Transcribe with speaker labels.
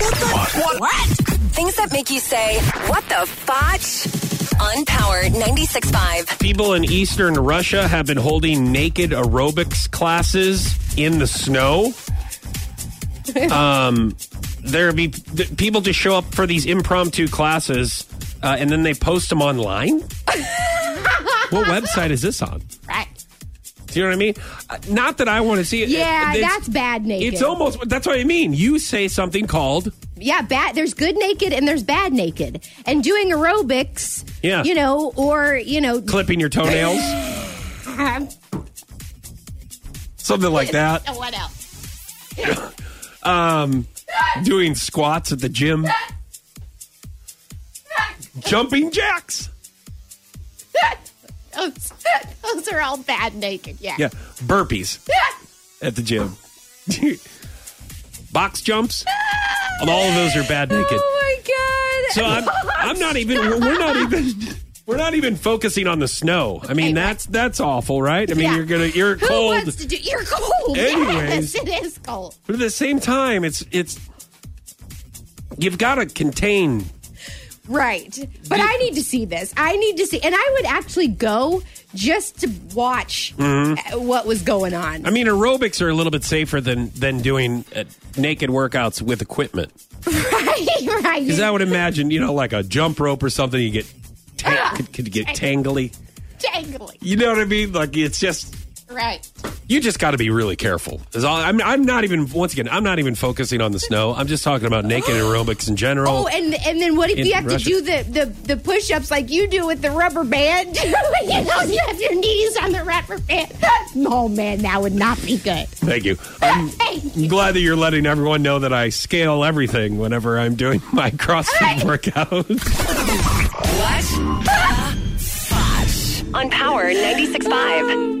Speaker 1: What?
Speaker 2: Things that make you say, what the fotch? On Power 96.5.
Speaker 1: People in Eastern Russia have been holding naked aerobics classes in the snow. um, there be th- people just show up for these impromptu classes, uh, and then they post them online. what website is this on?
Speaker 3: Right.
Speaker 1: Do you know what I mean? Uh, Not that I want to see it.
Speaker 3: Yeah,
Speaker 1: It's-
Speaker 3: that's bad naked.
Speaker 1: It's almost that's what I mean. You say something called
Speaker 3: yeah, bad. There's good naked and there's bad naked. And doing aerobics,
Speaker 1: Yeah.
Speaker 3: you know, or you know,
Speaker 1: clipping your toenails, something like that.
Speaker 3: what else?
Speaker 1: Doing squats at the gym, jumping jacks.
Speaker 3: Those, those are all bad naked. Yeah.
Speaker 1: Yeah, burpees at the gym. Box jumps. And all of those are bad naked.
Speaker 3: Oh my god.
Speaker 1: So I'm, I'm not even. We're not even. We're not even focusing on the snow. I mean,
Speaker 3: Okay, right.
Speaker 1: that's that's awful, right? I mean,
Speaker 3: Yeah.
Speaker 1: you're gonna you're
Speaker 3: Who
Speaker 1: cold.
Speaker 3: wants to do? You're cold.
Speaker 1: Anyways.
Speaker 3: Yes, it is cold.
Speaker 1: But at the same time, it's it's you've got to contain.
Speaker 3: Right. But I need to see this. I need to see. And I would actually go just to watch
Speaker 1: Mm-hmm.
Speaker 3: uh, what was going on.
Speaker 1: I mean, aerobics are a little bit safer than than doing uh, naked workouts with equipment.
Speaker 3: right, right.
Speaker 1: Because I would imagine, you know, like a jump rope or something, you get
Speaker 3: Ah.
Speaker 1: ta- could, could get tangly.
Speaker 3: Dangly.
Speaker 1: You know what I mean? Like it's just
Speaker 3: Right.
Speaker 1: you just got to be really careful. Is all I'm. I'm not even once again. I'm not even focusing on the snow. I'm just talking about naked aerobics in general.
Speaker 3: Oh, and and then what if
Speaker 1: In
Speaker 3: you have
Speaker 1: Russia.
Speaker 3: to do the, the, the push ups like you do with the rubber band? you know, you have your knees on the rubber band. Oh, man, that would not be good.
Speaker 1: Thank you. I'm
Speaker 3: Thank
Speaker 1: I'm glad that you're letting everyone know that I scale everything whenever I'm doing my CrossFit
Speaker 3: Hey.
Speaker 1: workouts.
Speaker 2: What the fotch? On Power 96.5.